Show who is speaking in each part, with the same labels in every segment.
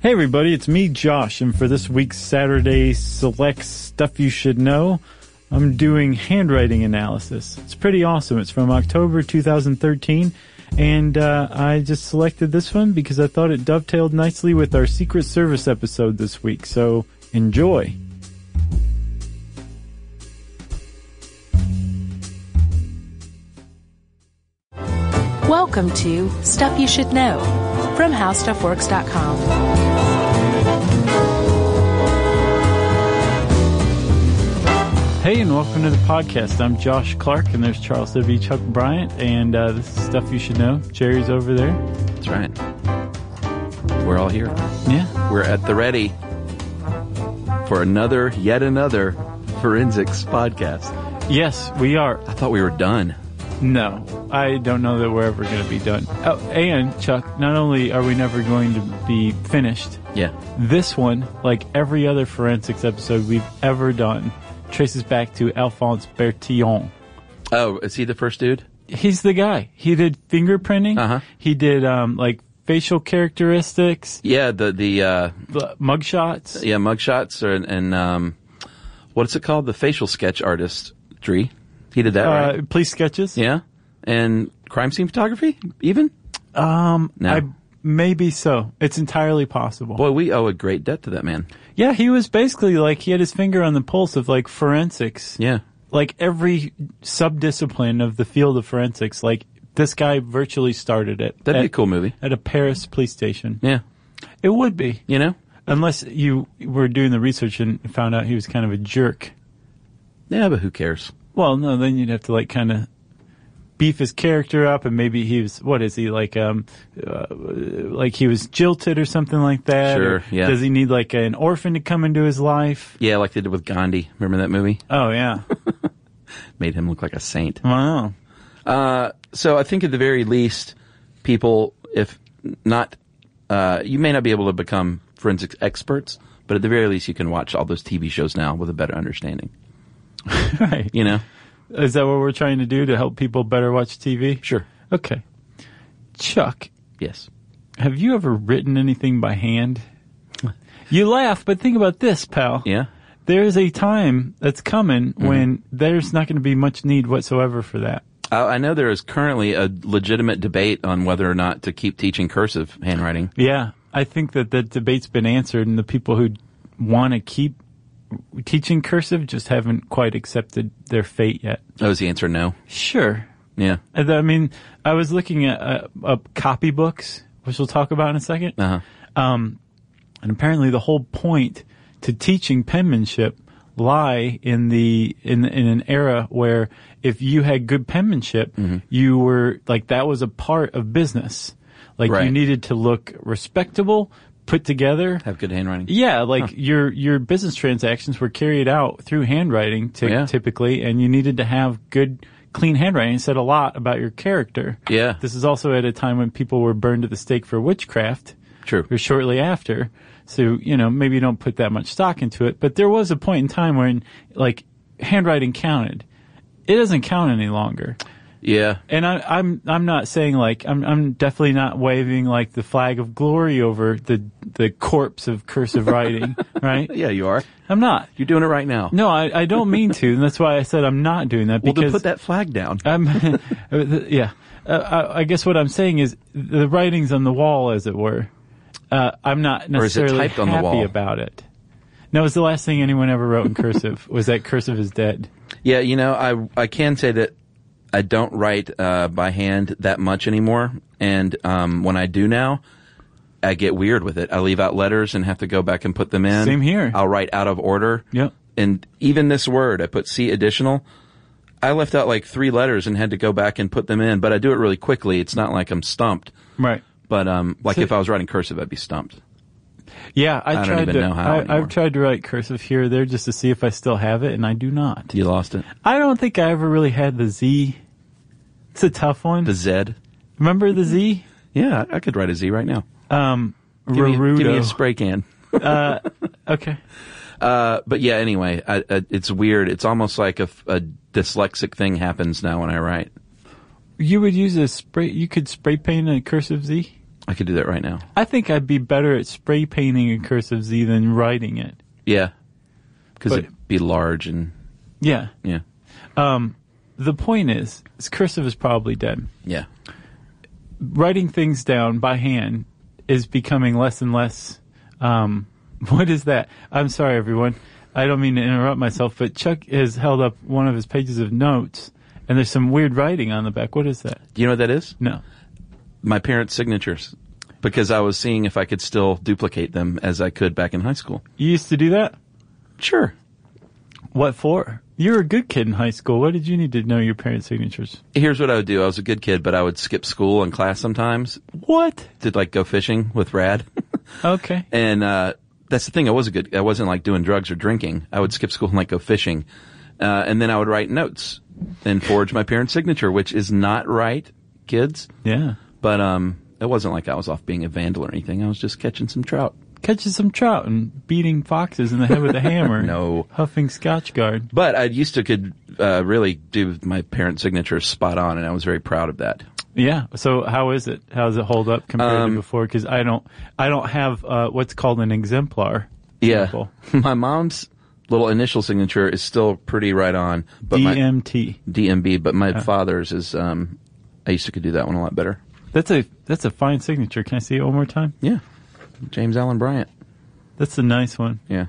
Speaker 1: Hey everybody, it's me, Josh, and for this week's Saturday Select Stuff You Should Know, I'm doing handwriting analysis. It's pretty awesome. It's from October 2013, and uh, I just selected this one because I thought it dovetailed nicely with our Secret Service episode this week, so enjoy.
Speaker 2: Welcome to Stuff You Should Know from HowStuffWorks.com.
Speaker 1: Hey, and welcome to the podcast. I'm Josh Clark, and there's Charles W. Chuck Bryant, and uh, this is Stuff You Should Know. Jerry's over there.
Speaker 3: That's right. We're all here.
Speaker 1: Yeah.
Speaker 3: We're at the ready for another, yet another forensics podcast.
Speaker 1: Yes, we are.
Speaker 3: I thought we were done.
Speaker 1: No, I don't know that we're ever going to be done. Oh, and Chuck, not only are we never going to be finished,
Speaker 3: Yeah.
Speaker 1: this one, like every other forensics episode we've ever done, traces back to Alphonse Bertillon.
Speaker 3: Oh, is he the first dude?
Speaker 1: He's the guy. He did fingerprinting.
Speaker 3: Uh-huh.
Speaker 1: He did um, like facial characteristics,
Speaker 3: Yeah, the the uh,
Speaker 1: bl- mugshots.
Speaker 3: yeah mugshots or, and um, what's it called? The facial sketch artist, Dree. He did that, right?
Speaker 1: Uh, police sketches.
Speaker 3: Yeah, and crime scene photography, even. Um, no.
Speaker 1: I, maybe so. It's entirely possible.
Speaker 3: Boy, we owe a great debt to that man.
Speaker 1: Yeah, he was basically like he had his finger on the pulse of like forensics.
Speaker 3: Yeah,
Speaker 1: like every subdiscipline of the field of forensics, like this guy virtually started it.
Speaker 3: that'd
Speaker 1: at,
Speaker 3: be a cool movie.
Speaker 1: At a Paris police station.
Speaker 3: Yeah,
Speaker 1: It would be.
Speaker 3: you know.
Speaker 1: Unless you were doing the research and found out he was kind of a jerk.
Speaker 3: Yeah, but who cares?
Speaker 1: Well, no, then you'd have to like kind of beef his character up and maybe he was, what is he, like, um, uh, like he was jilted or something like that?
Speaker 3: Sure,
Speaker 1: or
Speaker 3: yeah.
Speaker 1: Does he need like an orphan to come into his life?
Speaker 3: Yeah, like they did with Gandhi. Remember that movie?
Speaker 1: Oh, yeah.
Speaker 3: Made him look like a saint.
Speaker 1: wow.
Speaker 3: So I think at the very least, people, if not, uh, you may not be able to become forensics experts, but at the very least, you can watch all those TV shows now with a better understanding.
Speaker 1: Right.
Speaker 3: You know?
Speaker 1: Is that what we're trying to do to help people better watch TV?
Speaker 3: Sure.
Speaker 1: Okay. Chuck,
Speaker 3: Yes.
Speaker 1: have you ever written anything by hand? You laugh, but think about this, pal.
Speaker 3: Yeah.
Speaker 1: There is a time that's coming when there's not going to be much need whatsoever for that.
Speaker 3: I, I know there is currently a legitimate debate on whether or not to keep teaching cursive handwriting.
Speaker 1: Yeah. I think that the debate's been answered and the people who want to keep teaching cursive just haven't quite accepted their fate yet.
Speaker 3: Oh, is the answer no?
Speaker 1: Sure.
Speaker 3: Yeah.
Speaker 1: And I mean, I was looking at uh, up copy books, which we'll talk about in a 2nd
Speaker 3: Uh-huh.
Speaker 1: And apparently, the whole point to teaching penmanship lie in the in in an era where if you had good penmanship,
Speaker 3: Mm-hmm.
Speaker 1: you were like that was a part of business. Like you
Speaker 3: Right.
Speaker 1: needed to look respectable, put together.
Speaker 3: Have good handwriting.
Speaker 1: Yeah, like your your business transactions were carried out through handwriting ty-
Speaker 3: Yeah.
Speaker 1: typically, and you needed to have good, clean handwriting. It said a lot about your character.
Speaker 3: Yeah.
Speaker 1: this is also at a time when people were burned at the stake for witchcraft
Speaker 3: True.
Speaker 1: or shortly after. So, you know, maybe you don't put that much stock into it, but there was a point in time when, like, handwriting counted. It doesn't count any longer.
Speaker 3: Yeah.
Speaker 1: And I, I'm, I'm not saying like, I'm, I'm definitely not waving like the flag of glory over the, the corpse of cursive writing, right?
Speaker 3: Yeah, you are.
Speaker 1: I'm not.
Speaker 3: You're doing it right now.
Speaker 1: No, I, I don't mean to, and that's why I said I'm not doing that
Speaker 3: well,
Speaker 1: because
Speaker 3: then put that flag down.
Speaker 1: I'm, yeah. Uh, I, I guess what I'm saying is the writing's on the wall, as it were. Uh, I'm not
Speaker 3: is it
Speaker 1: necessarily
Speaker 3: typed on the
Speaker 1: happy
Speaker 3: wall?
Speaker 1: about it. No, it's the last thing anyone ever wrote in cursive was that cursive is dead.
Speaker 3: Yeah, you know, I I can say that I don't write uh, by hand that much anymore, and um, when I do now, I get weird with it. I leave out letters and have to go back and put them in.
Speaker 1: Same here.
Speaker 3: I'll write out of order.
Speaker 1: Yep.
Speaker 3: And even this word, I put C additional. I left out like three letters and had to go back and put them in, but I do it really quickly. It's not like I'm stumped.
Speaker 1: Right.
Speaker 3: But um, like
Speaker 1: So-
Speaker 3: if I was writing cursive, I'd be stumped.
Speaker 1: Yeah, I,
Speaker 3: don't
Speaker 1: tried
Speaker 3: even
Speaker 1: to.
Speaker 3: know how
Speaker 1: I,
Speaker 3: anymore.
Speaker 1: I've tried to write cursive here or there just to see if I still have it, and I do not.
Speaker 3: You lost it.
Speaker 1: I don't think I ever really had the Z. It's a tough one.
Speaker 3: The Z.
Speaker 1: Remember the Z?
Speaker 3: Yeah, I could write a Z right now. Give me,
Speaker 1: Rarudo.
Speaker 3: give me a spray can.
Speaker 1: okay.
Speaker 3: but yeah, anyway, I, I, it's weird. It's almost like a, f- a dyslexic thing happens now when I write.
Speaker 1: You would use a spray. You could spray paint a cursive Z.
Speaker 3: I could do that right now.
Speaker 1: I think I'd be better at spray painting a cursive Z than writing it.
Speaker 3: Yeah, because
Speaker 1: But-
Speaker 3: it'd be large and
Speaker 1: Yeah.
Speaker 3: yeah,
Speaker 1: The point is, is cursive is probably dead.
Speaker 3: yeah,
Speaker 1: Writing things down by hand is becoming less and less. Um, what is that? I'm sorry, everyone. I don't mean to interrupt myself, but Chuck has held up one of his pages of notes, and there's some weird writing on the back. What is that?
Speaker 3: Do you know what that is?
Speaker 1: No.
Speaker 3: My parents' signatures, because I was seeing if I could still duplicate them as I could back in high school.
Speaker 1: You used to do that?
Speaker 3: Sure.
Speaker 1: What for? You were a good kid in high school. What did you need to know your parents' signatures?
Speaker 3: Here's what I would do. I was a good kid, but I would skip school and class sometimes
Speaker 1: What?
Speaker 3: to like go fishing with Rad.
Speaker 1: Okay.
Speaker 3: and uh, that's the thing. I was a good. I wasn't like doing drugs or drinking. I would skip school and like go fishing, uh, and then I would write notes and forge my parents' signature, which is not right, kids.
Speaker 1: Yeah.
Speaker 3: But um, it wasn't like I was off being a vandal or anything. I was just catching some trout.
Speaker 1: Catching some trout and beating foxes in the head with a hammer.
Speaker 3: No.
Speaker 1: Huffing Scotch guard.
Speaker 3: But I used to could uh, really do my parents' signature spot on, and I was very proud of that.
Speaker 1: Yeah. So how is it? How does it hold up compared
Speaker 3: Um,
Speaker 1: to before? Because I don't, I don't have uh, what's called an exemplar.
Speaker 3: Yeah,
Speaker 1: Example.
Speaker 3: my mom's little initial signature is still pretty right on, but my
Speaker 1: DMT.
Speaker 3: DMB. But my father's is. Um, I used to could do that one a lot better.
Speaker 1: That's a that's a fine signature. Can I see it one more time?
Speaker 3: Yeah, James Allen Bryant.
Speaker 1: That's a nice one.
Speaker 3: Yeah.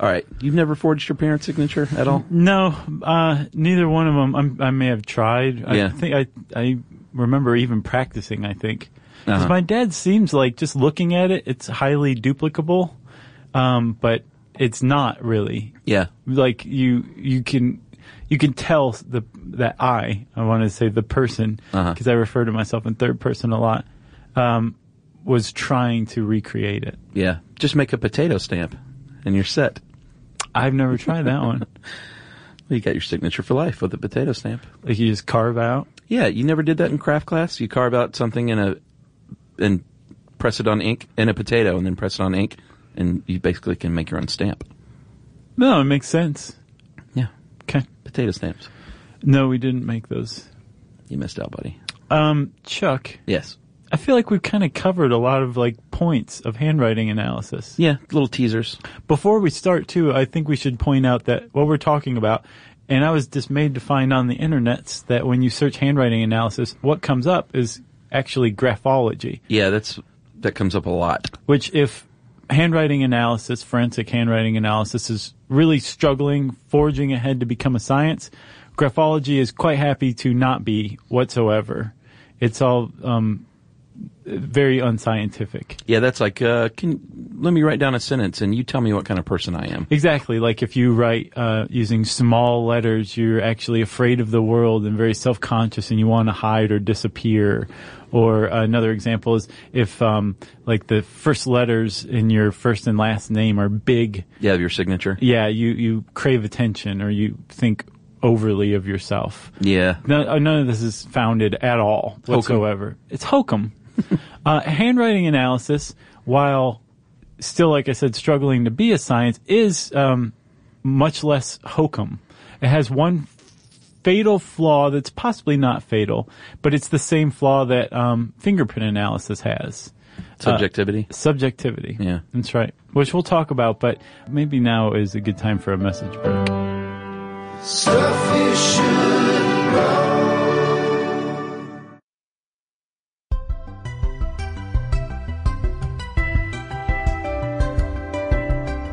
Speaker 3: All right. You've never forged your parents' signature at all?
Speaker 1: No, uh, neither one of them. I'm, I may have tried. I
Speaker 3: Yeah.
Speaker 1: think I I remember even practicing. I think because
Speaker 3: Uh-huh.
Speaker 1: my dad seems like just looking at it, it's highly duplicable, um, but it's not really.
Speaker 3: Yeah.
Speaker 1: Like you you can you can tell the that I I want to say the person
Speaker 3: Uh-huh.
Speaker 1: because I refer to myself in third person a lot um, was trying to recreate it.
Speaker 3: Yeah. Just make a potato stamp and you're set.
Speaker 1: I've never tried that one.
Speaker 3: Well, you got your signature for life with a potato stamp.
Speaker 1: Like you just carve out.
Speaker 3: Yeah. You never did that in craft class? You carve out something in a, and press it on ink in a potato and then press it on ink and you basically can make your own stamp.
Speaker 1: No, it makes sense.
Speaker 3: Yeah.
Speaker 1: Okay.
Speaker 3: Potato stamps.
Speaker 1: No, we didn't make those.
Speaker 3: You missed out, buddy.
Speaker 1: Um, Chuck,
Speaker 3: Yes.
Speaker 1: I feel like we've kind of covered a lot of like points of handwriting analysis.
Speaker 3: Yeah. Little teasers.
Speaker 1: Before we start too, I think we should point out that what we're talking about, and I was dismayed to find on the internets that when you search handwriting analysis, what comes up is actually graphology,
Speaker 3: Yeah. That's, that comes up a lot.
Speaker 1: which if handwriting analysis, forensic handwriting analysis is really struggling, forging ahead to become a science, graphology is quite happy to not be whatsoever. It's all, um, very unscientific.
Speaker 3: Yeah, that's like, uh, can let me write down a sentence and you tell me what kind of person I am.
Speaker 1: Exactly. Like if you write uh, using small letters, you're actually afraid of the world and very self conscious and you want to hide or disappear. Or another example is if um, like the first letters in your first and last name are big,
Speaker 3: Yeah, your signature.
Speaker 1: yeah, you, you crave attention or you think overly of yourself.
Speaker 3: Yeah.
Speaker 1: No, uh, none of this is founded at all whatsoever. It's hokum. uh, handwriting analysis, while still, like I said, struggling to be a science, is um, much less hokum. It has one fatal flaw that's possibly not fatal, but it's the same flaw that um, fingerprint analysis has.
Speaker 3: Subjectivity.
Speaker 1: Subjectivity.
Speaker 3: Yeah.
Speaker 1: That's right. Which we'll talk about, but maybe now is a good time for a message break.
Speaker 4: Stuff you should know.
Speaker 3: Uh,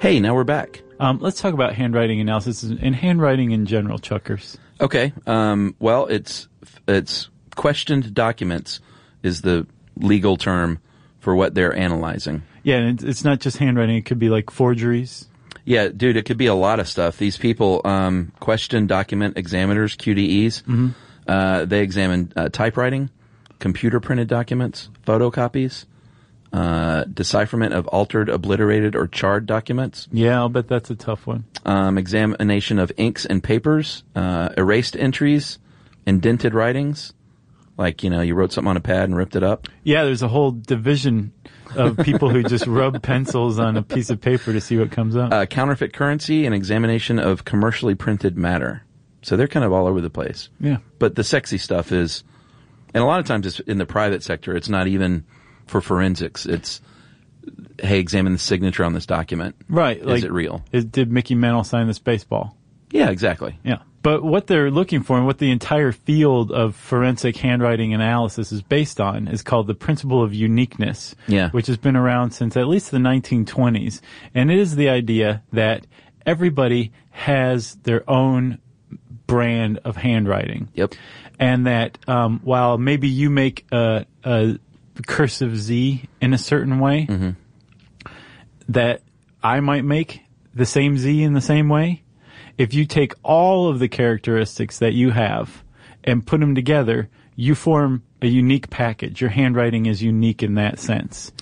Speaker 3: hey, now we're back.
Speaker 1: Um, let's talk about handwriting analysis and and handwriting in general, Chuckers.
Speaker 3: Okay. Um, well, it's it's questioned documents is the legal term for what they're analyzing.
Speaker 1: Yeah, and it's- it's not just handwriting. It could be like forgeries.
Speaker 3: Yeah, dude, it could be a lot of stuff. These people um, question document examiners, QDEs. Uh, they examine uh, typewriting, computer printed documents, photocopies, uh, decipherment of altered, obliterated, or charred documents,
Speaker 1: Yeah, I'll bet that's a tough one.
Speaker 3: um, examination of inks and papers, uh, erased entries, indented writings. Like, you know, you wrote something on a pad and ripped it up.
Speaker 1: Yeah, there's a whole division of people who just rub pencils on a piece of paper to see what comes up.
Speaker 3: Uh, counterfeit currency and examination of commercially printed matter. So they're kind of all over the place.
Speaker 1: Yeah.
Speaker 3: But the sexy stuff is, and a lot of times it's in the private sector. It's not even for forensics. It's, hey, examine the signature on this document.
Speaker 1: Right.
Speaker 3: Is it real?
Speaker 1: Is, did Mickey Mantle sign this baseball?
Speaker 3: Yeah, exactly.
Speaker 1: Yeah. But what they're looking for and what the entire field of forensic handwriting analysis is based on is called the principle of uniqueness.
Speaker 3: Yeah.
Speaker 1: Which has been around since at least the 1920s. And it is the idea that everybody has their own brand of handwriting.
Speaker 3: Yep.
Speaker 1: And that um, while maybe you make a, a cursive Z in a certain way, that I might make the same Z in the same way, if you take all of the characteristics that you have and put them together, you form a unique package. Your handwriting is unique in that sense.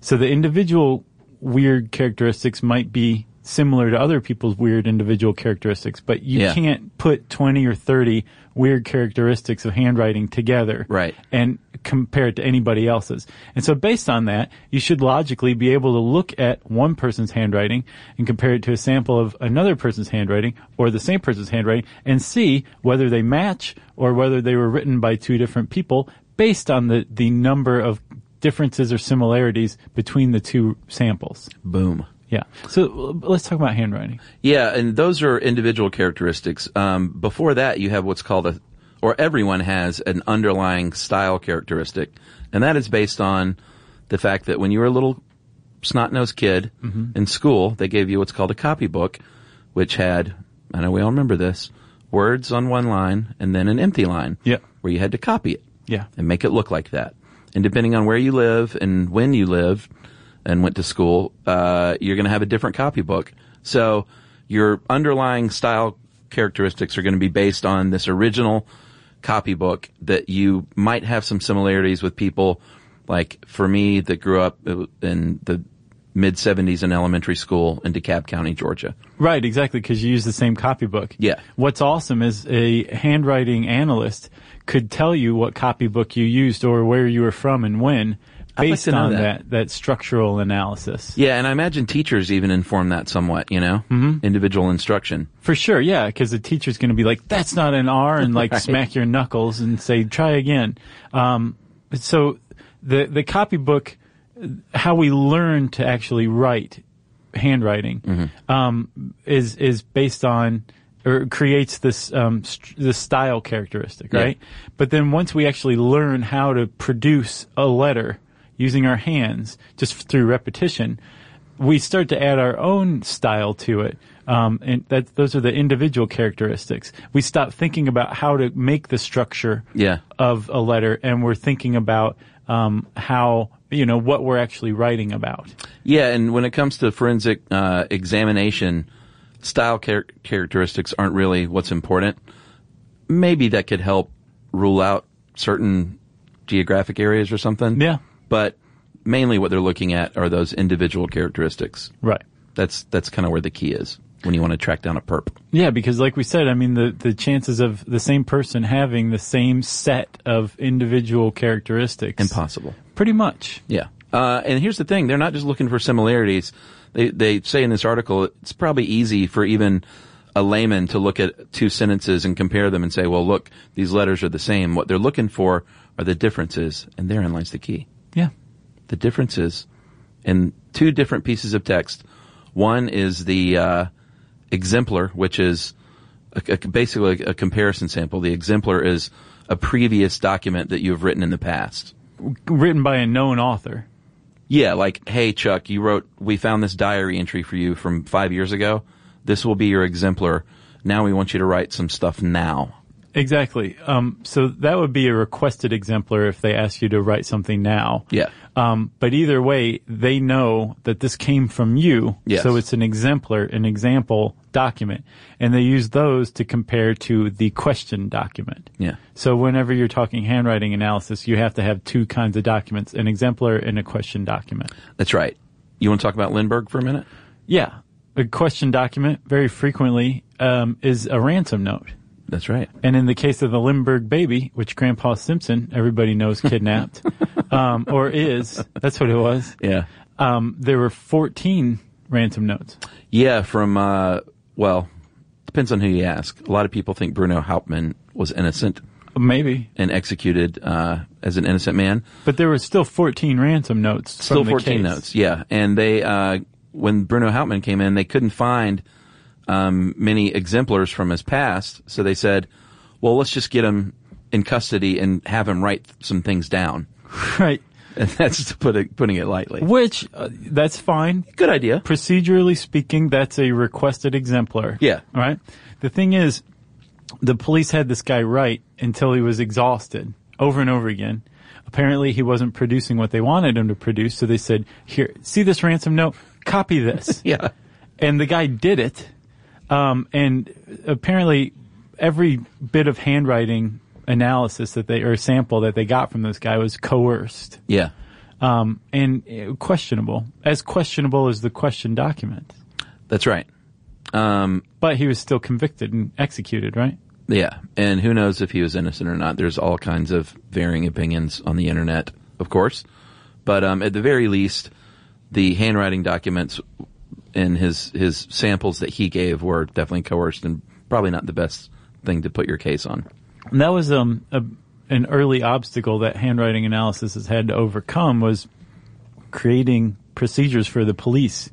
Speaker 1: So the individual weird characteristics might be similar to other people's weird individual characteristics, but you
Speaker 3: Yeah.
Speaker 1: can't put 20 or 30 weird characteristics of handwriting together
Speaker 3: Right.
Speaker 1: and compare it to anybody else's. And so based on that, you should logically be able to look at one person's handwriting and compare it to a sample of another person's handwriting or the same person's handwriting and see whether they match or whether they were written by two different people based on the, the number of differences or similarities between the two samples.
Speaker 3: Boom.
Speaker 1: Yeah. So l- let's talk about handwriting.
Speaker 3: Yeah, and those are individual characteristics. Um, before that, you have what's called a, or everyone has an underlying style characteristic, and that is based on the fact that when you were a little snot-nosed kid in school, they gave you what's called a copybook, which had, I know we all remember this, words on one line and then an empty line.
Speaker 1: Yeah.
Speaker 3: Where you had to copy it
Speaker 1: Yeah.
Speaker 3: and make it look like that. And depending on where you live and when you live and went to school, uh, you're going to have a different copybook. So your underlying style characteristics are going to be based on this original copybook that you might have some similarities with people like for me that grew up uh, in the mid 70s in elementary school in DeKalb County, Georgia.
Speaker 1: Right, exactly, because you use the same copybook.
Speaker 3: Yeah.
Speaker 1: What's awesome is a handwriting analyst could tell you what copybook you used or where you were from and when
Speaker 3: like
Speaker 1: based
Speaker 3: to know
Speaker 1: on
Speaker 3: that.
Speaker 1: that. that structural analysis.
Speaker 3: Yeah, and I imagine teachers even inform that somewhat, you know, mm-hmm. individual instruction.
Speaker 1: For sure, yeah, because the teacher's going to be like, that's not an R, and like
Speaker 3: Right.
Speaker 1: smack your knuckles and say, try again. Um, so the, the copybook, how we learn to actually write handwriting,
Speaker 3: Mm-hmm.
Speaker 1: um, is, is based on, or creates this, um, st- this style characteristic,
Speaker 3: Yeah.
Speaker 1: right? But then once we actually learn how to produce a letter using our hands, just through repetition, we start to add our own style to it. Um, and that, those are the individual characteristics. We stop thinking about how to make the structure
Speaker 3: Yeah.
Speaker 1: of a letter, and we're thinking about um, how you know what we're actually writing about.
Speaker 3: Yeah, and when it comes to forensic uh, examination, style char- characteristics aren't really what's important. Maybe that could help rule out certain geographic areas or something.
Speaker 1: Yeah.
Speaker 3: But mainly what they're looking at are those individual characteristics.
Speaker 1: Right.
Speaker 3: That's that's kind of where the key is when you want to track down a perp.
Speaker 1: Yeah, because like we said, I mean the the chances of the same person having the same set of individual characteristics
Speaker 3: Impossible.
Speaker 1: Pretty much.
Speaker 3: Yeah. Uh, and here's the thing: they're not just looking for similarities. They they say in this article it's probably easy for even a layman to look at two sentences and compare them and say, "Well, look, these letters are the same." What they're looking for are the differences, and therein lies the key.
Speaker 1: Yeah.
Speaker 3: The differences in two different pieces of text. One is the uh, exemplar, which is a, a- basically a comparison sample. The exemplar is a previous document that you have written in the past.
Speaker 1: Written by a known author.
Speaker 3: Yeah, like, hey, Chuck, you wrote, we found this diary entry for you from five years ago. This will be your exemplar. Now we want you to write some stuff now.
Speaker 1: Exactly. Um, so that would be a requested exemplar if they ask you to write something now.
Speaker 3: Yeah.
Speaker 1: Um, but either way, they know that this came from you.
Speaker 3: Yes.
Speaker 1: So it's an exemplar, an example document. And they use those to compare to the question document.
Speaker 3: Yeah.
Speaker 1: So whenever you're talking handwriting analysis, you have to have two kinds of documents, an exemplar and a question document.
Speaker 3: That's right. You want to talk about Lindbergh for a minute?
Speaker 1: Yeah. A question document very frequently, um, is a ransom note.
Speaker 3: That's right.
Speaker 1: And in the case of the Lindbergh baby, which Grandpa Simpson, everybody knows, kidnapped, um, or is, that's what it was.
Speaker 3: Yeah.
Speaker 1: Um, there were 14 ransom notes.
Speaker 3: Yeah, from, uh, well, Depends on who you ask. A lot of people think Bruno Hauptmann was innocent
Speaker 1: Maybe.
Speaker 3: and executed uh, as an innocent man.
Speaker 1: But there was still 14 ransom notes. from
Speaker 3: Still
Speaker 1: the
Speaker 3: 14
Speaker 1: case.
Speaker 3: notes, yeah. And they, uh, when Bruno Hauptmann came in, they couldn't find um, many exemplars from his past, so they said, "Well, let's just get him in custody and have him write some things down."
Speaker 1: Right.
Speaker 3: And that's to put it, putting it lightly.
Speaker 1: Which, uh, that's fine.
Speaker 3: Good idea.
Speaker 1: Procedurally speaking, that's a requested exemplar.
Speaker 3: Yeah.
Speaker 1: All right. The thing is, the police had this guy write until he was exhausted over and over again. Apparently, he wasn't producing what they wanted him to produce, so they said, "Here, see this ransom note. Copy this."
Speaker 3: Yeah,
Speaker 1: and the guy did it. Um, and apparently, every bit of handwriting analysis that they or sample that they got from this guy was coerced
Speaker 3: yeah.
Speaker 1: um, and uh, questionable, as questionable as the question document.
Speaker 3: That's right.
Speaker 1: But he was still convicted and executed, right?
Speaker 3: Yeah, and who knows if he was innocent or not? There's all kinds of varying opinions on the internet, of course. But um, at the very least, the handwriting documents and his his samples that he gave were definitely coerced and probably not the best thing to put your case on.
Speaker 1: And that was um, a, an early obstacle that handwriting analysis has had to overcome was creating procedures for the police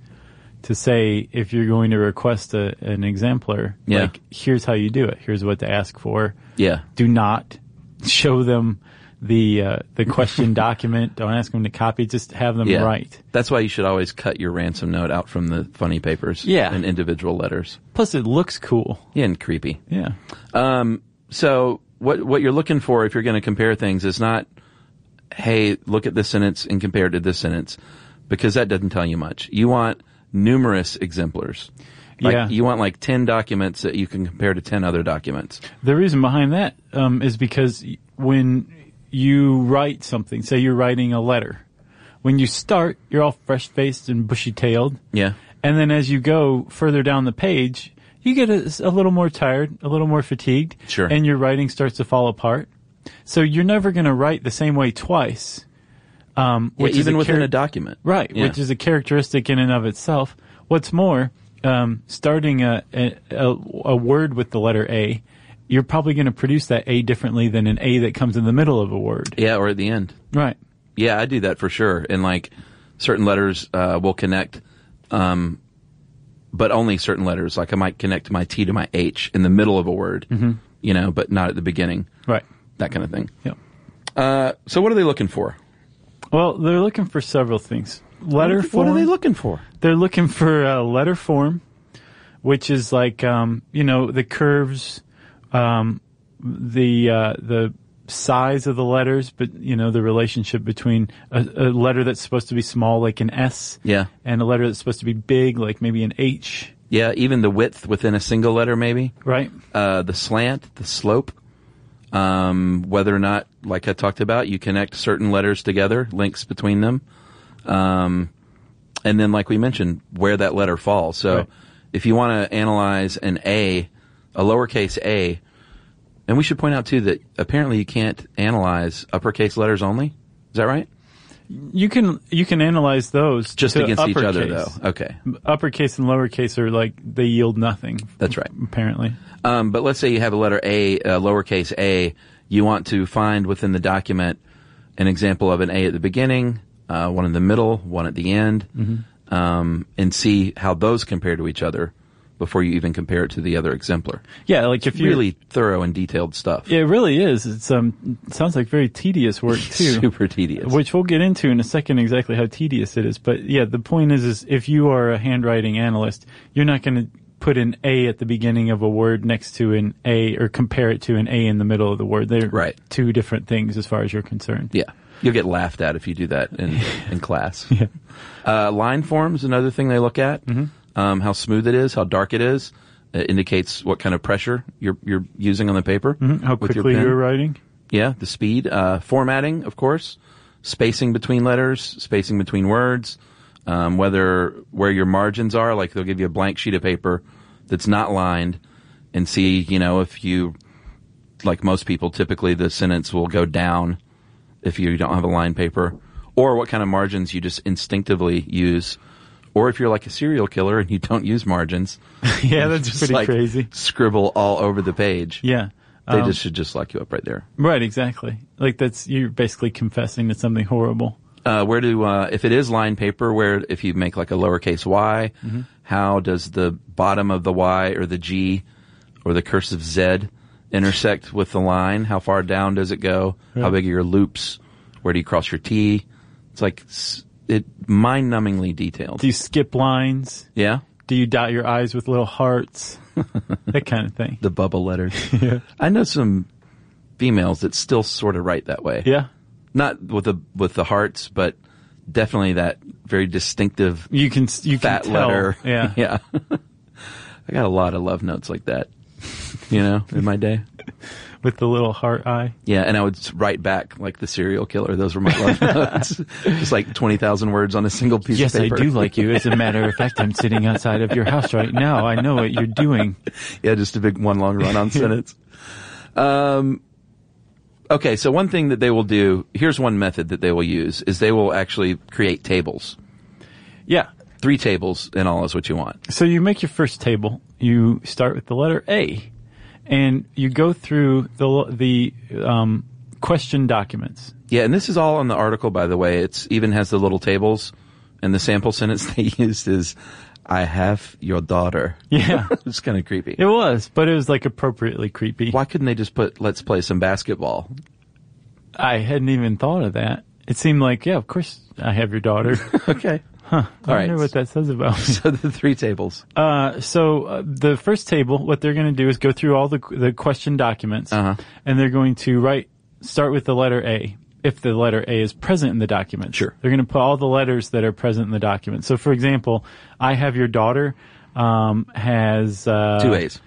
Speaker 1: to say if you're going to request a, an exemplar,
Speaker 3: Yeah.
Speaker 1: like here's how you do it, here's what to ask for.
Speaker 3: Yeah,
Speaker 1: Do not show them the uh, the question document. Don't ask them to copy. Just have them
Speaker 3: yeah.
Speaker 1: write.
Speaker 3: That's why you should always cut your ransom note out from the funny papers.
Speaker 1: Yeah.
Speaker 3: and individual letters.
Speaker 1: Plus, it looks cool.
Speaker 3: Yeah, and creepy.
Speaker 1: Yeah.
Speaker 3: so what what you're looking for if you're going to compare things is not hey look at this sentence and compare it to this sentence because that doesn't tell you much you want numerous exemplars like,
Speaker 1: Yeah.
Speaker 3: you want like 10 documents that you can compare to 10 other documents
Speaker 1: The reason behind that um, is because y- when you write something, say you're writing a letter, when you start, you're all fresh faced and bushy tailed.
Speaker 3: yeah
Speaker 1: And then as you go further down the page, you get a, a little more tired, a little more fatigued.
Speaker 3: Sure.
Speaker 1: And your writing starts to fall apart. So you're never going to write the same way twice. Um,
Speaker 3: Yeah,
Speaker 1: which is
Speaker 3: even
Speaker 1: a
Speaker 3: within
Speaker 1: char-
Speaker 3: a document
Speaker 1: Right,
Speaker 3: Yeah.
Speaker 1: which is a characteristic in and of itself. What's more, um, starting a, a, a, a word with the letter A, you're probably going to produce that A differently than an A that comes in the middle of a word.
Speaker 3: yeah or at the end
Speaker 1: Right.
Speaker 3: yeah i do that for sure and like certain letters uh, will connect um, but only certain letters like i might connect my t to my h in the middle of a word
Speaker 1: Mm-hmm.
Speaker 3: you know but not at the beginning
Speaker 1: Right.
Speaker 3: that kind of thing Uh,
Speaker 1: Yeah.
Speaker 3: So what are they looking for?
Speaker 1: Well, they're looking for several things. Letter form.
Speaker 3: What are they looking for?
Speaker 1: They're looking for uh, letter form, which is like um, you know the curves, um, the uh, the size of the letters, but you know the relationship between a, a letter that's supposed to be small, like an S,
Speaker 3: Yeah.
Speaker 1: and a letter that's supposed to be big, like maybe an H,
Speaker 3: Yeah, even the width within a single letter, maybe
Speaker 1: right?
Speaker 3: uh, the slant, the slope, um, whether or not, like I talked about, you connect certain letters together, links between them, um, and then, like we mentioned, where that letter falls. So,
Speaker 1: Right.
Speaker 3: if you want to analyze an A, a lowercase A, and we should point out too that apparently you can't analyze uppercase letters only. Is that right?
Speaker 1: You can you can analyze those
Speaker 3: Just
Speaker 1: to
Speaker 3: against each other, though.
Speaker 1: uppercase.
Speaker 3: Okay,
Speaker 1: Uppercase and lowercase are like they yield nothing,
Speaker 3: that's right.
Speaker 1: apparently.
Speaker 3: Um, but let's say you have a letter A, uh, lowercase a. You want to find within the document an example of an A at the beginning, uh, one in the middle, one at the end,
Speaker 1: Mm-hmm.
Speaker 3: um, and see how those compare to each other before you even compare it to the other exemplar.
Speaker 1: Yeah, like if you
Speaker 3: Really thorough and detailed stuff.
Speaker 1: Yeah, it really is. It's um it sounds like very tedious work too.
Speaker 3: Super tedious.
Speaker 1: Which we'll get into in a second exactly how tedious it is. But yeah, the point is is if you are a handwriting analyst, you're not going to put an A at the beginning of a word next to an A or compare it to an A in the middle of the word. They're
Speaker 3: Right.
Speaker 1: two different things as far as you're concerned.
Speaker 3: Yeah. You'll get laughed at if you do that in, in class. Uh, line forms, another thing they look at.
Speaker 1: Mm-hmm.
Speaker 3: Um, how smooth it is, how dark it is. It indicates what kind of pressure you're, you're using on the paper.
Speaker 1: Hmm? Mm-hmm. How
Speaker 3: with your
Speaker 1: quickly
Speaker 3: pen.
Speaker 1: you're writing.
Speaker 3: Yeah, the speed. Uh, formatting, of course. Spacing between letters, spacing between words. Um, whether, where your margins are, like they'll give you a blank sheet of paper that's not lined and see, you know, if you, like most people, typically the sentence will go down if you don't have a lined paper, or what kind of margins you just instinctively use, Or if you're like a serial killer and you don't use margins,
Speaker 1: yeah, that's
Speaker 3: just,
Speaker 1: pretty
Speaker 3: like,
Speaker 1: crazy.
Speaker 3: Scribble all over the page.
Speaker 1: Yeah.
Speaker 3: They
Speaker 1: Um,
Speaker 3: just should just lock you up right there.
Speaker 1: right, exactly. Like that's you're basically confessing to something horrible.
Speaker 3: Uh, where do uh, if it is line paper? Where if you make like a lowercase y, how does the bottom of the y or the g or the cursive z intersect with the line? How far down does it go? How big are your loops? Where do you cross your t? It's like s- it mind-numbingly detailed.
Speaker 1: Do you skip lines?
Speaker 3: yeah,
Speaker 1: Do you dot your eyes with little hearts? that kind of thing.
Speaker 3: the bubble letters. I know some females that still sort of write that way.
Speaker 1: Yeah.
Speaker 3: not with the with the hearts, but definitely that very distinctive
Speaker 1: You can s- you
Speaker 3: fat
Speaker 1: can tell.
Speaker 3: letter.
Speaker 1: Yeah.
Speaker 3: yeah. I got a lot of love notes like that, you know, in my day.
Speaker 1: with the little heart eye.
Speaker 3: Yeah, and I would s- write back like the serial killer. Those were my love notes. Just like twenty thousand words on a single piece
Speaker 1: Yes,
Speaker 3: of
Speaker 1: I
Speaker 3: paper.
Speaker 1: do like you. As a matter of fact, I'm sitting outside of your house right now. I know what you're doing.
Speaker 3: Yeah, just a big one long run on sentence. Um, okay, so one thing that they will do here's one method that they will use is they will actually create tables.
Speaker 1: Yeah.
Speaker 3: Three tables in all is what you want.
Speaker 1: So you make your first table. You start with the letter A, and you go through the the um, question documents.
Speaker 3: Yeah, and this is all on the article, by the way. It's even has the little tables, and the sample sentence they used is, "I have your daughter."
Speaker 1: Yeah.
Speaker 3: it's kind of creepy.
Speaker 1: It was, but it was like appropriately creepy.
Speaker 3: Why couldn't they just put "Let's play some basketball"?
Speaker 1: I hadn't even thought of that. It seemed like, yeah, of course, I have your daughter.
Speaker 3: Okay.
Speaker 1: I
Speaker 3: All right.
Speaker 1: wonder what that says about. me.
Speaker 3: so the three tables.
Speaker 1: Uh, so uh, the first table, what they're going to do is go through all the the question documents,
Speaker 3: Uh-huh.
Speaker 1: and they're going to write start with the letter A. If the letter A is present in the document,
Speaker 3: Sure.
Speaker 1: they're going to put all the letters that are present in the document. So, for example, I have your daughter um, has uh,
Speaker 3: Two A's.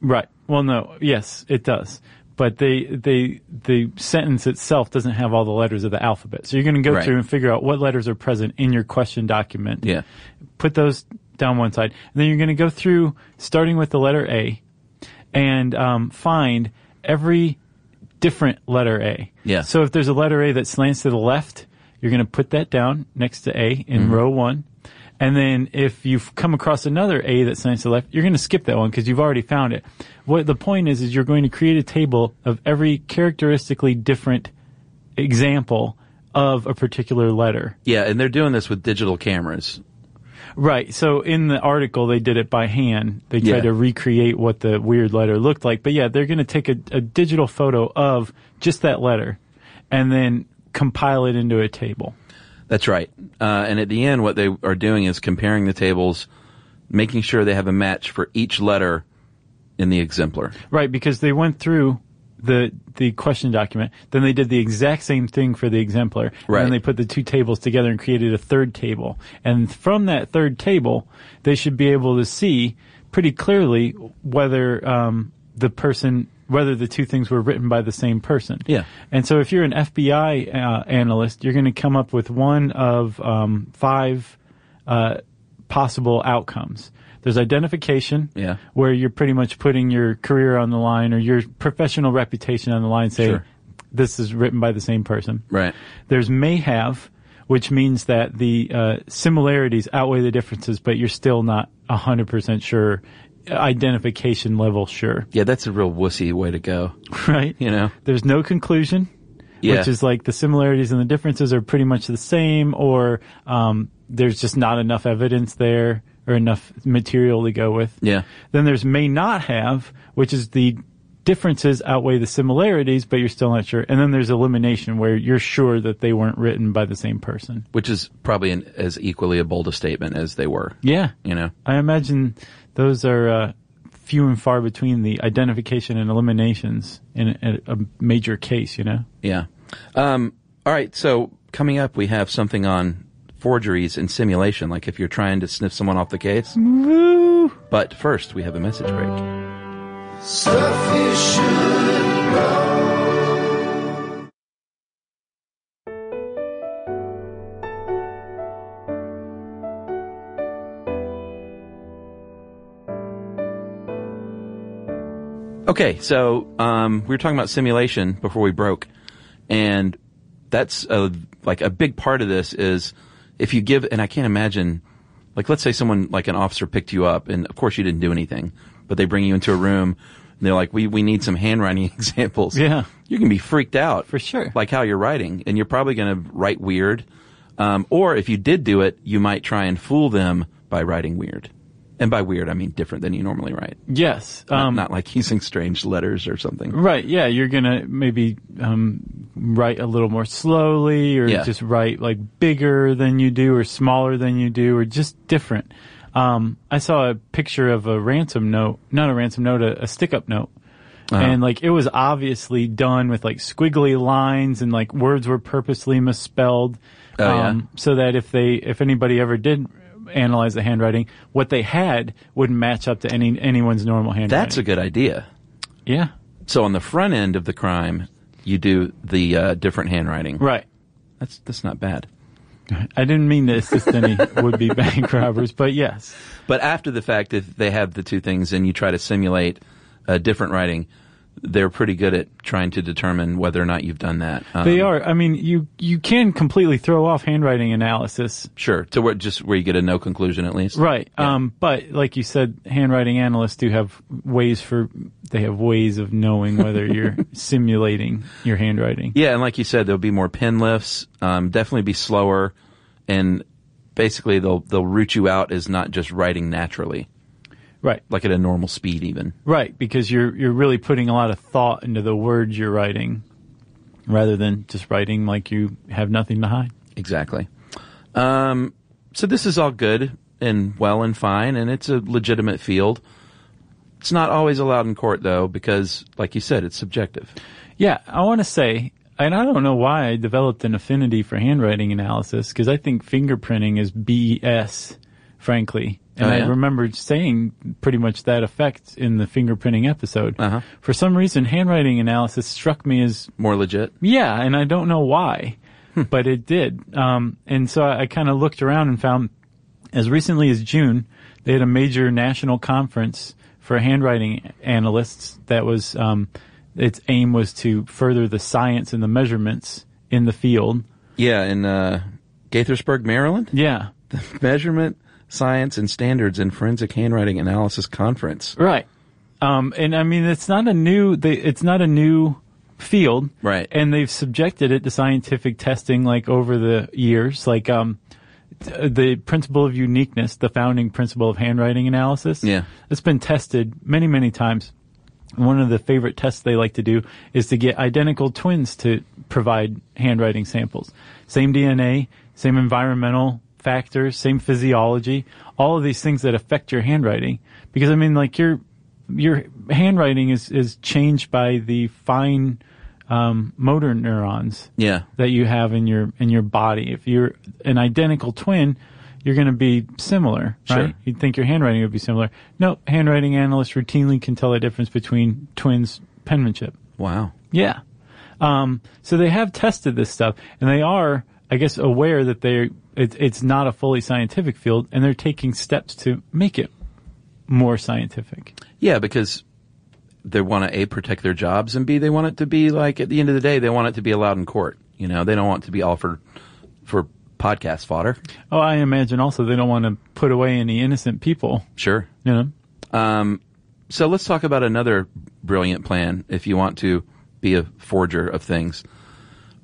Speaker 1: Right. Well, no. Yes, it does. But they, they, the sentence itself doesn't have all the letters of the alphabet. So you're going to go
Speaker 3: Right.
Speaker 1: through and figure out what letters are present in your question document.
Speaker 3: Yeah.
Speaker 1: Put those down one side. And then you're going to go through starting with the letter A and um, find every different letter A.
Speaker 3: Yeah.
Speaker 1: So if there's a letter A that slants to the left, you're going to put that down next to A in row one. And then if you've come across another A that slants to the left, you're going to skip that one because you've already found it. What the point is, is you're going to create a table of every characteristically different example of a particular letter.
Speaker 3: Yeah, and they're doing this with digital cameras.
Speaker 1: Right. So in the article, they did it by hand. They tried
Speaker 3: Yeah.
Speaker 1: to recreate what the weird letter looked like. But yeah, they're going to take a, a digital photo of just that letter and then compile it into a table.
Speaker 3: That's right. Uh, and at the end, what they are doing is comparing the tables, making sure they have a match for each letter in the exemplar.
Speaker 1: Right. Because they went through the the question document, then they did the exact same thing for the exemplar, and
Speaker 3: Right.
Speaker 1: then they put the two tables together and created a third table. And from that third table, they should be able to see pretty clearly whether um, the person whether the two things were written by the same person.
Speaker 3: Yeah.
Speaker 1: And so if you're an FBI uh, analyst, you're going to come up with one of um, five uh, possible outcomes. There's identification,
Speaker 3: Yeah.
Speaker 1: where you're pretty much putting your career on the line or your professional reputation on the line, saying
Speaker 3: Sure.
Speaker 1: this is written by the same person.
Speaker 3: Right.
Speaker 1: There's may have, which means that the uh, similarities outweigh the differences, but you're still not 100% sure, identification level sure,
Speaker 3: Yeah, that's a real wussy way to go.
Speaker 1: right?
Speaker 3: You know.
Speaker 1: There's no conclusion,
Speaker 3: Yeah.
Speaker 1: which is like the similarities and the differences are pretty much the same, or um, there's just not enough evidence there or enough material to go with.
Speaker 3: Yeah.
Speaker 1: Then there's may not have, which is the differences outweigh the similarities, but you're still not sure. And then there's elimination, where you're sure that they weren't written by the same person.
Speaker 3: which is probably an, as equally a bold a statement as they were.
Speaker 1: Yeah.
Speaker 3: You know,
Speaker 1: I imagine those are uh, few and far between the identification and eliminations in a, a major case, you know?
Speaker 3: yeah. Um, all right. So coming up, we have something on forgeries and simulation, like if you're trying to sniff someone off the case. But first, we have a message break.
Speaker 4: Stuff you should know.
Speaker 3: Okay. So um, we were talking about simulation before we broke, and that's a, like a big part of this is if you give, and I can't imagine like let's say someone like an officer picked you up and of course you didn't do anything, but they bring you into a room and they're like, we, we need some handwriting examples.
Speaker 1: Yeah.
Speaker 3: You're going to be freaked out.
Speaker 1: For sure.
Speaker 3: Like how you're writing and you're probably going to write weird. Um, or if you did do it, you might try and fool them by writing weird. And by weird, I mean different than you normally write.
Speaker 1: Yes.
Speaker 3: Not,
Speaker 1: Um,
Speaker 3: not like using strange letters or something.
Speaker 1: Right. Yeah. You're gonna maybe um, write a little more slowly, or
Speaker 3: Yeah.
Speaker 1: just write like bigger than you do, or smaller than you do, or just different. Um, I saw a picture of a ransom note, not a ransom note, a, a stick up note.
Speaker 3: Uh-huh.
Speaker 1: And like it was obviously done with like squiggly lines and like words were purposely misspelled, Um,
Speaker 3: Oh, yeah.
Speaker 1: so that if they if anybody ever did analyze the handwriting, what they had wouldn't match up to any anyone's normal handwriting.
Speaker 3: That's a good idea.
Speaker 1: yeah,
Speaker 3: So on the front end of the crime, you do the uh, different handwriting.
Speaker 1: right.
Speaker 3: That's that's not bad.
Speaker 1: I didn't mean to assist any would-be bank robbers, but yes.
Speaker 3: But after the fact, if they have the two things and you try to simulate uh, different writing, they're pretty good at trying to determine whether or not you've done that. Um,
Speaker 1: They are. I mean, you you can completely throw off handwriting analysis,
Speaker 3: sure to where just where you get a no conclusion at least.
Speaker 1: right? Um, but like you said, handwriting analysts do have ways for they have ways of knowing whether you're simulating your handwriting.
Speaker 3: Yeah, and like you said, there'll be more pin lifts. Um, definitely be slower, and basically they'll they'll root you out as not just writing naturally,
Speaker 1: Right,
Speaker 3: like at a normal speed even.
Speaker 1: right, because you're you're really putting a lot of thought into the words you're writing, rather than just writing like you have nothing to hide.
Speaker 3: Exactly. Um, so this is all good and well and fine, and it's a legitimate field. It's not always allowed in court though, because like you said, it's subjective.
Speaker 1: Yeah, I want to say, and I don't know why I developed an affinity for handwriting analysis because I think fingerprinting is BS, frankly. And
Speaker 3: Oh, yeah?
Speaker 1: I remembered saying pretty much that effect in the fingerprinting episode.
Speaker 3: Uh-huh.
Speaker 1: For some reason, handwriting analysis struck me as
Speaker 3: More legit.
Speaker 1: yeah, and I don't know why, but it did. Um, and so I, I kind of looked around and found as recently as June, they had a major national conference for handwriting analysts that was, um, its aim was to further the science and the measurements in the field.
Speaker 3: Yeah, in uh, Gaithersburg, Maryland,
Speaker 1: Yeah.
Speaker 3: measurement, science, and standards in forensic handwriting analysis conference.
Speaker 1: Right. Um, and I mean, it's not a new, they, it's not a new field.
Speaker 3: Right.
Speaker 1: And they've subjected it to scientific testing like over the years, like, um, t- the principle of uniqueness, the founding principle of handwriting analysis.
Speaker 3: Yeah.
Speaker 1: It's been tested many, many times. One of the favorite tests they like to do is to get identical twins to provide handwriting samples. Same DNA, same environmental factors, same physiology, all of these things that affect your handwriting. Because I mean, like your, your handwriting is, is changed by the fine, um, motor neurons
Speaker 3: Yeah,
Speaker 1: that you have in your in your body. If you're an identical twin, you're going to be similar,
Speaker 3: Sure.
Speaker 1: right? You'd think your handwriting would be similar. No, handwriting analysts routinely can tell the difference between twins' penmanship.
Speaker 3: wow.
Speaker 1: Yeah. Um, so they have tested this stuff, and they are, I guess, aware that they it, it's not a fully scientific field, and they're taking steps to make it more scientific.
Speaker 3: Yeah, because they want to a protect their jobs and b they want it to be like at the end of the day they want it to be allowed in court. You know, they don't want it to be all for for podcast fodder.
Speaker 1: Oh, I imagine also they don't want to put away any innocent people.
Speaker 3: Sure.
Speaker 1: You know,
Speaker 3: So let's talk about another brilliant plan if you want to be a forger of things.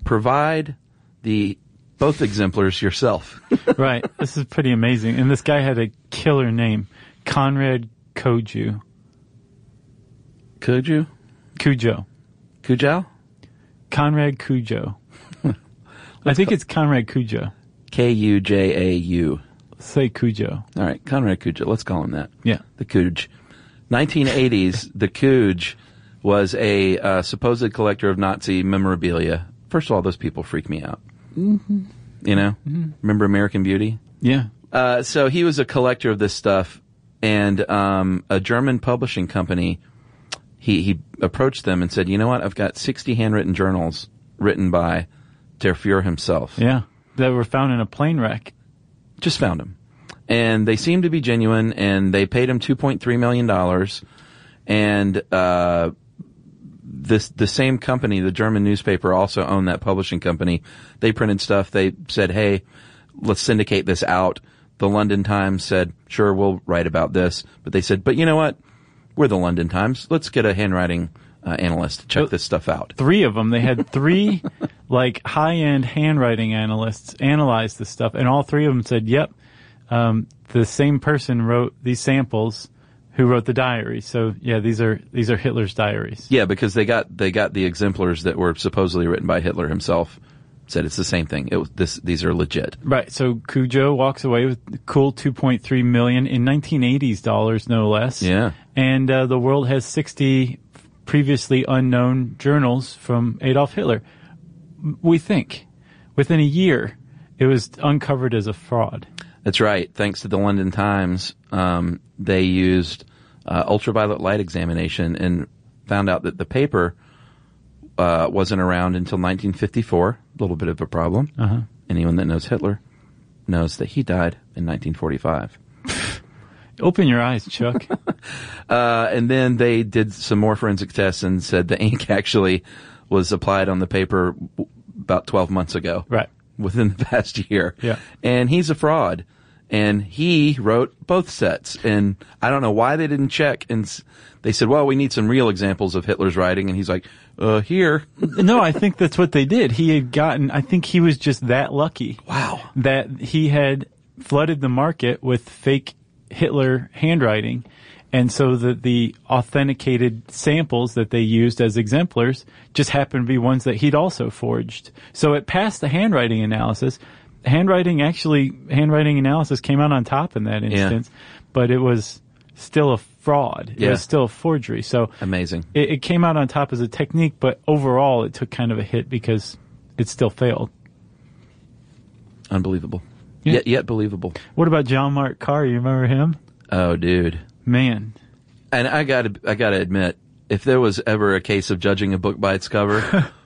Speaker 3: Provide the both exemplars yourself.
Speaker 1: right. This is pretty amazing. And this guy had a killer name, Conrad Koju.
Speaker 3: Could you?
Speaker 1: Cujo.
Speaker 3: Kujal?
Speaker 1: Conrad Cujo. I think it's Conrad Cujo.
Speaker 3: K U J A U.
Speaker 1: Say Cujo.
Speaker 3: All right, Conrad Kuj. Let's call him that.
Speaker 1: Yeah.
Speaker 3: The Kuj. 1980s, the Kuj was a uh, supposed collector of Nazi memorabilia. First of all, those people freak me out. You know? Remember American Beauty?
Speaker 1: Yeah.
Speaker 3: Uh, so he was a collector of this stuff, and um, a German publishing company. He he approached them and said, "You know what? I've got sixty handwritten journals written by Der Fuhrer himself.
Speaker 1: Yeah. That were found in a plane wreck.
Speaker 3: Just found them, and they seemed to be genuine. And they paid him two point three million dollars. And uh, this the same company, the German newspaper, also owned that publishing company. They printed stuff. They said, "Hey, let's syndicate this out." the London Times said, sure, we'll write about this. But they said, but you know what? We're the London Times. Let's get a handwriting uh, analyst to check this stuff out.
Speaker 1: Three of them. They had three like high end handwriting analysts analyze this stuff, and all three of them said, yep, um, the same person wrote these samples who wrote the diary. So yeah, these are these are Hitler's diaries.
Speaker 3: Yeah, because they got they got the exemplars that were supposedly written by Hitler himself. Said it's the same thing. It was this. These are legit.
Speaker 1: Right. So Cujo walks away with a cool 2.3 million in 1980s dollars, no less.
Speaker 3: Yeah.
Speaker 1: And uh, the world has 60 previously unknown journals from Adolf Hitler. We think within a year it was uncovered as a fraud.
Speaker 3: That's right. Thanks to the London Times, um, they used uh, ultraviolet light examination and found out that the paper uh, wasn't around until 1954. A little bit of a problem.
Speaker 1: Uh-huh.
Speaker 3: Anyone that knows Hitler knows that he died in 1945.
Speaker 1: Open your eyes, Chuck.
Speaker 3: Uh, and then they did some more forensic tests and said the ink actually was applied on the paper w- about 12 months ago.
Speaker 1: Right.
Speaker 3: Within the past year.
Speaker 1: Yeah.
Speaker 3: And he's a fraud. And he wrote both sets. And I don't know why they didn't check. And s- they said, well, we need some real examples of Hitler's writing. And he's like, uh, here.
Speaker 1: no, I think that's what they did. He had gotten. I think he was just that lucky.
Speaker 3: Wow.
Speaker 1: that he had flooded the market with fake Hitler handwriting. And so the, the authenticated samples that they used as exemplars just happened to be ones that he'd also forged. So it passed the handwriting analysis. Handwriting actually, handwriting analysis came out on top in that instance, but it was still a fraud. It
Speaker 3: Yeah.
Speaker 1: was still a forgery. So
Speaker 3: Amazing.
Speaker 1: it, it came out on top as a technique, but overall it took kind of a hit because it still failed.
Speaker 3: Unbelievable.
Speaker 1: Yeah.
Speaker 3: Yet, yet believable.
Speaker 1: What about John Mark Carr? You remember him?
Speaker 3: Oh, dude.
Speaker 1: Man.
Speaker 3: And I gotta, I gotta admit, if there was ever a case of judging a book by its cover,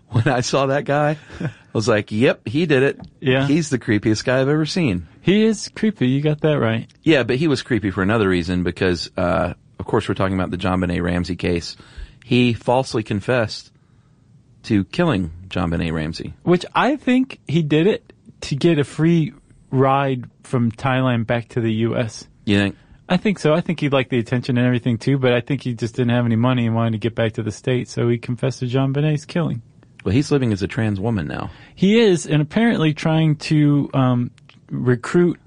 Speaker 3: when I saw that guy, I was like, yep, he did it.
Speaker 1: Yeah.
Speaker 3: He's the creepiest guy I've ever seen.
Speaker 1: He is creepy. You got that right.
Speaker 3: Yeah, but he was creepy for another reason because, uh, of course we're talking about the John Benet Ramsey case. He falsely confessed to killing John Benet Ramsey.
Speaker 1: Which I think he did it to get a free ride from Thailand back to the U.S.
Speaker 3: You think?
Speaker 1: I think so. I think he liked the attention and everything too, but I think he just didn't have any money and wanted to get back to the States, so he confessed to John Benet's killing.
Speaker 3: Well, he's living as a trans woman now.
Speaker 1: He is, and apparently trying to um, recruit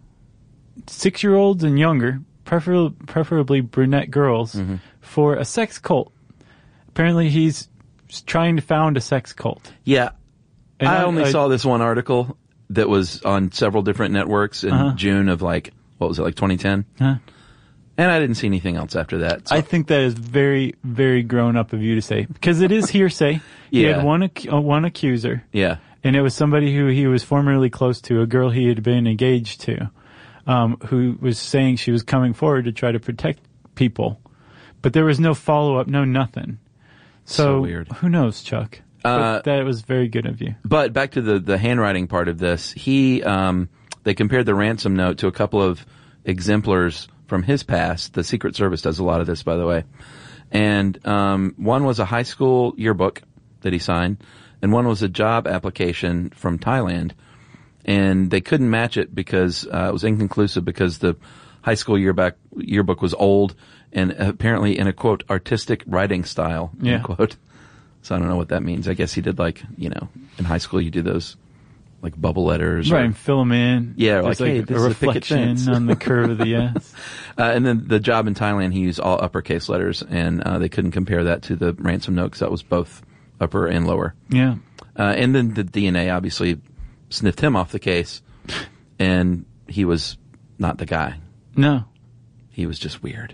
Speaker 1: six year olds and younger, prefer- preferably brunette girls, for a sex cult. Apparently, he's s- trying to found a sex cult.
Speaker 3: Yeah.
Speaker 1: And
Speaker 3: I, only
Speaker 1: I-
Speaker 3: saw this one article that was on several different networks in June of like, what was it, like 2010?
Speaker 1: Uh-huh. Huh?
Speaker 3: And I didn't see anything else after that. So
Speaker 1: I think that is very, very grown up of you to say because it is hearsay. He
Speaker 3: Yeah.
Speaker 1: had one ac- uh, one accuser,
Speaker 3: yeah,
Speaker 1: and it was somebody who he was formerly close to, a girl he had been engaged to, um, who was saying she was coming forward to try to protect people, but there was no follow up, no nothing. So,
Speaker 3: weird.
Speaker 1: Who knows, Chuck?
Speaker 3: Uh,
Speaker 1: but that was very good of you.
Speaker 3: but back to the the handwriting part of this. He um, they compared the ransom note to a couple of exemplars from his past. The Secret Service does a lot of this, by the way. And um, one was a high school yearbook that he signed, and one was a job application from Thailand. And they couldn't match it because uh, it was inconclusive because the high school yearbook yearbook was old and apparently in a quote artistic writing style end
Speaker 1: Yeah.
Speaker 3: quote. So I don't know what that means. I guess he did like you know in high school you do those like bubble letters, or-
Speaker 1: Right, and fill them in.
Speaker 3: Yeah,
Speaker 1: There's
Speaker 3: like, hey,
Speaker 1: like
Speaker 3: this
Speaker 1: a
Speaker 3: is a picket
Speaker 1: reflection
Speaker 3: fence.
Speaker 1: on the curve of the S.
Speaker 3: Uh, and then the job in Thailand, he used all uppercase letters, and uh, they couldn't compare that to the ransom note because that was both upper and lower.
Speaker 1: Yeah,
Speaker 3: Uh, and then the DNA obviously sniffed him off the case, and he was not the guy.
Speaker 1: no,
Speaker 3: He was just weird.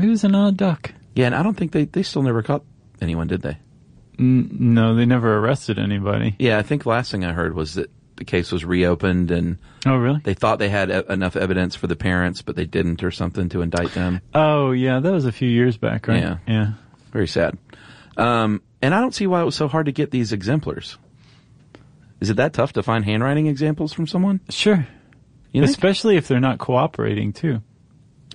Speaker 1: he was an odd duck.
Speaker 3: Yeah, and I don't think they they still never caught anyone, did they?
Speaker 1: No, they never arrested anybody.
Speaker 3: Yeah, I think last thing I heard was that the case was reopened and
Speaker 1: Oh, really?
Speaker 3: they thought they had e- enough evidence for the parents, but they didn't or something to indict them.
Speaker 1: Oh, yeah, that was a few years back, right?
Speaker 3: Yeah.
Speaker 1: Yeah.
Speaker 3: Very sad. Um, and I don't see why it was so hard to get these exemplars. Is it that tough to find handwriting examples from someone?
Speaker 1: Sure.
Speaker 3: You think?
Speaker 1: Especially if they're not cooperating, too.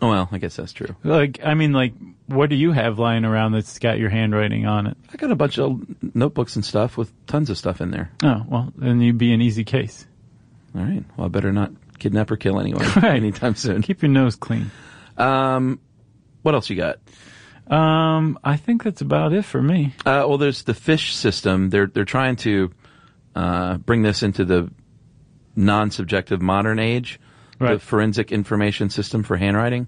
Speaker 3: oh, well, I guess that's true.
Speaker 1: Like, I mean, like, what do you have lying around that's got your handwriting on it?
Speaker 3: I got a bunch of notebooks and stuff with tons of stuff in there.
Speaker 1: Oh, well, then you'd be an easy case.
Speaker 3: All right. Well, I better not kidnap or kill anyone
Speaker 1: Right.
Speaker 3: anytime soon.
Speaker 1: Keep your nose clean.
Speaker 3: Um, what else you got?
Speaker 1: Um, I think that's about it for me.
Speaker 3: Uh, well, there's the fish system. They're they're trying to uh, bring this into the non-subjective modern age, the
Speaker 1: Right.
Speaker 3: forensic information system for handwriting.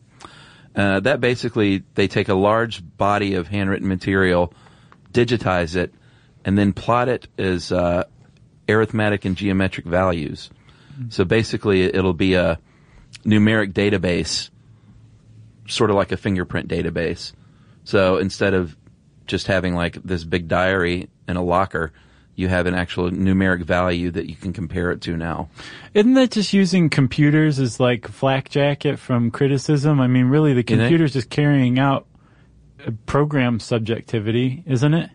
Speaker 3: Uh, that basically they take a large body of handwritten material, digitize it, and then plot it as uh, arithmetic and geometric values. So basically, it'll be a numeric database, sort of like a fingerprint database. So instead of just having like this big diary in a locker, you have an actual numeric value that you can compare it to now.
Speaker 1: Isn't that just using computers as like flak jacket from criticism? I mean, really, the
Speaker 3: think?
Speaker 1: computer's just carrying out uh, program subjectivity, isn't it?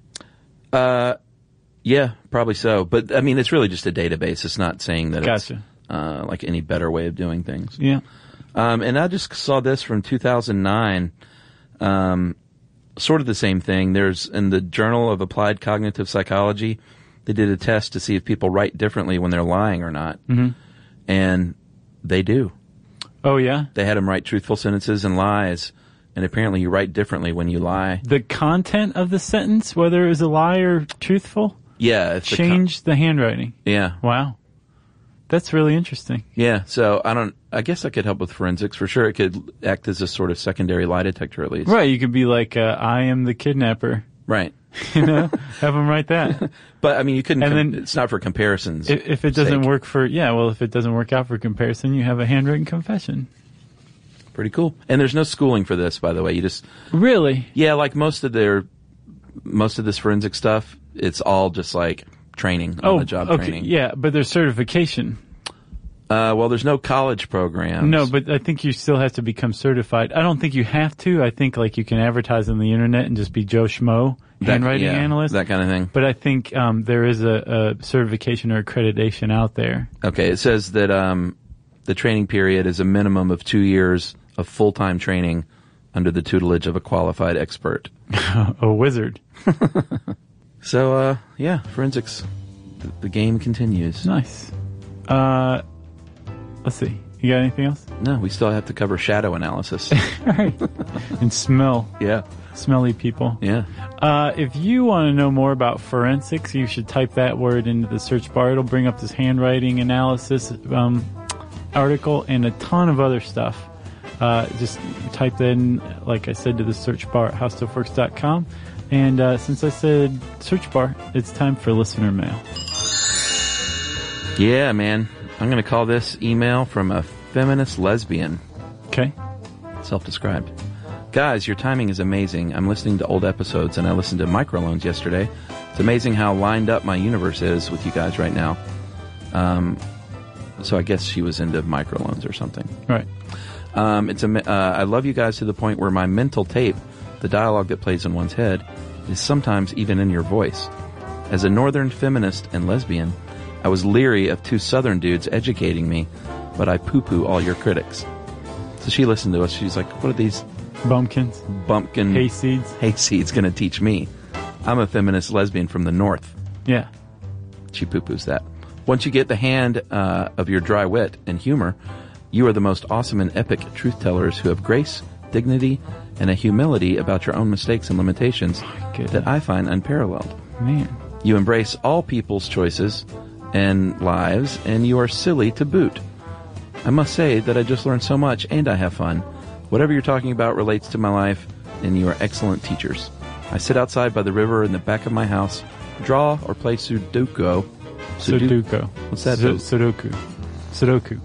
Speaker 3: Yeah, probably so. But I mean, it's really just a database. It's not saying that
Speaker 1: Gotcha.
Speaker 3: it's uh, like any better way of doing things.
Speaker 1: Yeah.
Speaker 3: Um, and I just saw this from 2009. Um, sort of the same thing. There's in the Journal of Applied Cognitive Psychology, they did a test to see if people write differently when they're lying or not. And they do.
Speaker 1: Oh, yeah.
Speaker 3: They had them write truthful sentences and lies. And apparently, you write differently when you lie.
Speaker 1: The content of the sentence, whether it was a lie or truthful,
Speaker 3: Yeah, it's the con-
Speaker 1: changed the handwriting.
Speaker 3: yeah,
Speaker 1: Wow. That's really interesting.
Speaker 3: yeah. So I don't. I guess I could help with forensics for sure. It could act as a sort of secondary lie detector, at least.
Speaker 1: Right. You could be like, uh, I am the kidnapper.
Speaker 3: Right.
Speaker 1: You know, have them write that.
Speaker 3: But I mean, you couldn't.
Speaker 1: And
Speaker 3: com-
Speaker 1: then-
Speaker 3: it's not for comparisons.
Speaker 1: If, if it doesn't
Speaker 3: sake.
Speaker 1: work for, yeah, well, if it doesn't work out for comparison, you have a handwritten confession.
Speaker 3: Pretty cool. And there's no schooling for this, by the way. You just
Speaker 1: Really?
Speaker 3: yeah, like most of their most of this forensic stuff, it's all just like training on the job
Speaker 1: Oh, okay.
Speaker 3: training.
Speaker 1: Yeah, but there's certification.
Speaker 3: Uh, well, there's no college programs.
Speaker 1: No, but I think you still have to become certified. I don't think you have to. I think like you can advertise on the internet and just be Joe Schmo,
Speaker 3: That-
Speaker 1: handwriting
Speaker 3: yeah,
Speaker 1: analyst.
Speaker 3: that kind of thing.
Speaker 1: but I think um, there is a, a certification or accreditation out there.
Speaker 3: Okay, it says that um, the training period is a minimum of two years of full time training under the tutelage of a qualified expert.
Speaker 1: A wizard.
Speaker 3: So, uh, yeah, forensics. The, the game continues.
Speaker 1: Nice. Uh, let's see. You got anything else?
Speaker 3: No, we still have to cover shadow analysis.
Speaker 1: All right. and smell.
Speaker 3: yeah,
Speaker 1: Smelly people.
Speaker 3: yeah.
Speaker 1: Uh, if you want to know more about forensics, you should type that word into the search bar. It'll bring up this handwriting analysis um, article and a ton of other stuff. Uh, just type in, like I said, to the search bar at howstuffworks.com. And uh, since I said search bar, it's time for listener mail.
Speaker 3: Yeah, man. I'm going to call this email from a feminist lesbian.
Speaker 1: Okay.
Speaker 3: Self described. Guys, your timing is amazing. I'm listening to old episodes and I listened to Microloans yesterday. It's amazing how lined up my universe is with you guys right now. Um, so I guess she was into microloans or something.
Speaker 1: All right.
Speaker 3: Um, it's a, uh, I love you guys to the point where my mental tape, the dialogue that plays in one's head, is sometimes even in your voice. As a northern feminist and lesbian, I was leery of two southern dudes educating me, but I poo poo all your critics. So she listened to us. She's like, what are these
Speaker 1: Bumpkins,
Speaker 3: bumpkin
Speaker 1: hayseeds.
Speaker 3: hayseeds going to teach me? I'm a feminist lesbian from the north.
Speaker 1: Yeah.
Speaker 3: She poo poos that. Once you get the hand uh, of your dry wit and humor, you are the most awesome and epic truth tellers who have grace, dignity, and a humility about your own mistakes and limitations
Speaker 1: goodness.
Speaker 3: that I find unparalleled.
Speaker 1: Man.
Speaker 3: You embrace all people's choices and lives, and you are silly to boot. I must say that I just learned so much and I have fun. Whatever you're talking about relates to my life, and you are excellent teachers. I sit outside by the river in the back of my house, draw or play Sudoku. Sudoku.
Speaker 1: Sudoku.
Speaker 3: What's that
Speaker 1: Su-
Speaker 3: do?
Speaker 1: Sudoku. Sudoku.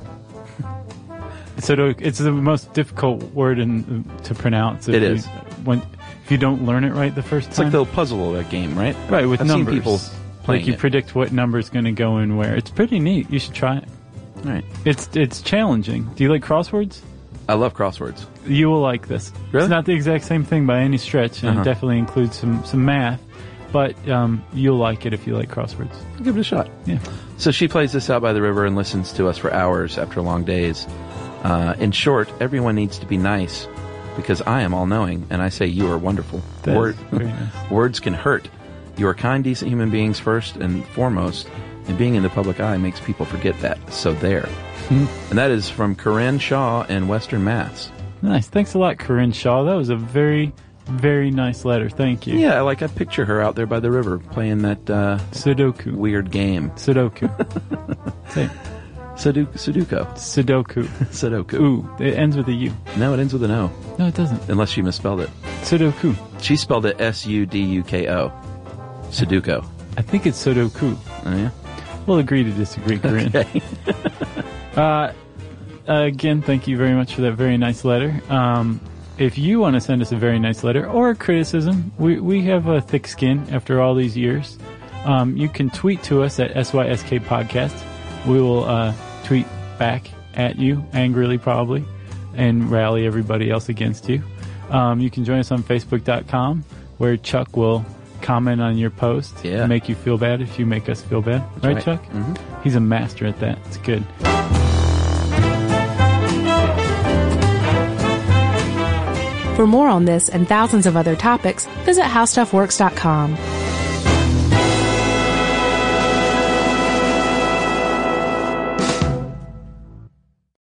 Speaker 1: Sudoku. It's the most difficult word in, to pronounce. If
Speaker 3: It
Speaker 1: you,
Speaker 3: is.
Speaker 1: When, if you don't learn it right the first
Speaker 3: It's
Speaker 1: time.
Speaker 3: like the puzzle uh, game, right?
Speaker 1: right, with
Speaker 3: I've
Speaker 1: numbers.
Speaker 3: seen people playing
Speaker 1: like you
Speaker 3: it.
Speaker 1: predict what number's going to go in where. It's pretty neat. You should try it.
Speaker 3: All right.
Speaker 1: It's it's challenging. Do you like crosswords?
Speaker 3: I love crosswords.
Speaker 1: You will like this.
Speaker 3: Really?
Speaker 1: It's not the exact same thing by any stretch, and
Speaker 3: Uh-huh.
Speaker 1: it definitely includes some, some math, but um, you'll like it if you like crosswords.
Speaker 3: I'll give it a shot.
Speaker 1: Yeah.
Speaker 3: So she plays this out by the river and listens to us for hours after long days. Uh, in short, everyone needs to be nice because I am all knowing and I say you are wonderful.
Speaker 1: That's
Speaker 3: Word-
Speaker 1: very nice.
Speaker 3: words can hurt. You are kind, decent human beings first and foremost, And being in the public eye makes people forget that. So there. and that is from Corinne Shaw in Western Mass.
Speaker 1: Nice. Thanks a lot, Corinne Shaw. That was a very, very nice letter. Thank you.
Speaker 3: Yeah, like I picture her out there by the river playing that uh,
Speaker 1: Sudoku.
Speaker 3: weird game.
Speaker 1: Sudoku. Say it.
Speaker 3: Sudoku. Sudoku.
Speaker 1: Sudoku.
Speaker 3: Sudoku.
Speaker 1: Ooh, it ends with a U.
Speaker 3: No, it ends with an O,
Speaker 1: No, it doesn't.
Speaker 3: unless she misspelled it.
Speaker 1: Sudoku.
Speaker 3: She spelled it S U D U K O. Sudoku.
Speaker 1: I think it's Sudoku.
Speaker 3: Oh, yeah.
Speaker 1: We'll agree to disagree, Corinne. uh, again, thank you very much for that very nice letter. Um, if you want to send us a very nice letter or a criticism, we, we have a thick skin after all these years. Um, you can tweet to us at SYSK Podcast. We will uh, tweet back at you, angrily probably, and rally everybody else against you. Um, you can join us on Facebook.com where Chuck will comment on your post
Speaker 3: Yeah.
Speaker 1: make you feel bad if you make us feel bad. right,
Speaker 3: right.
Speaker 1: Chuck? He's a master at that. It's good.
Speaker 2: For more on this and thousands of other topics, visit howstuffworks.com.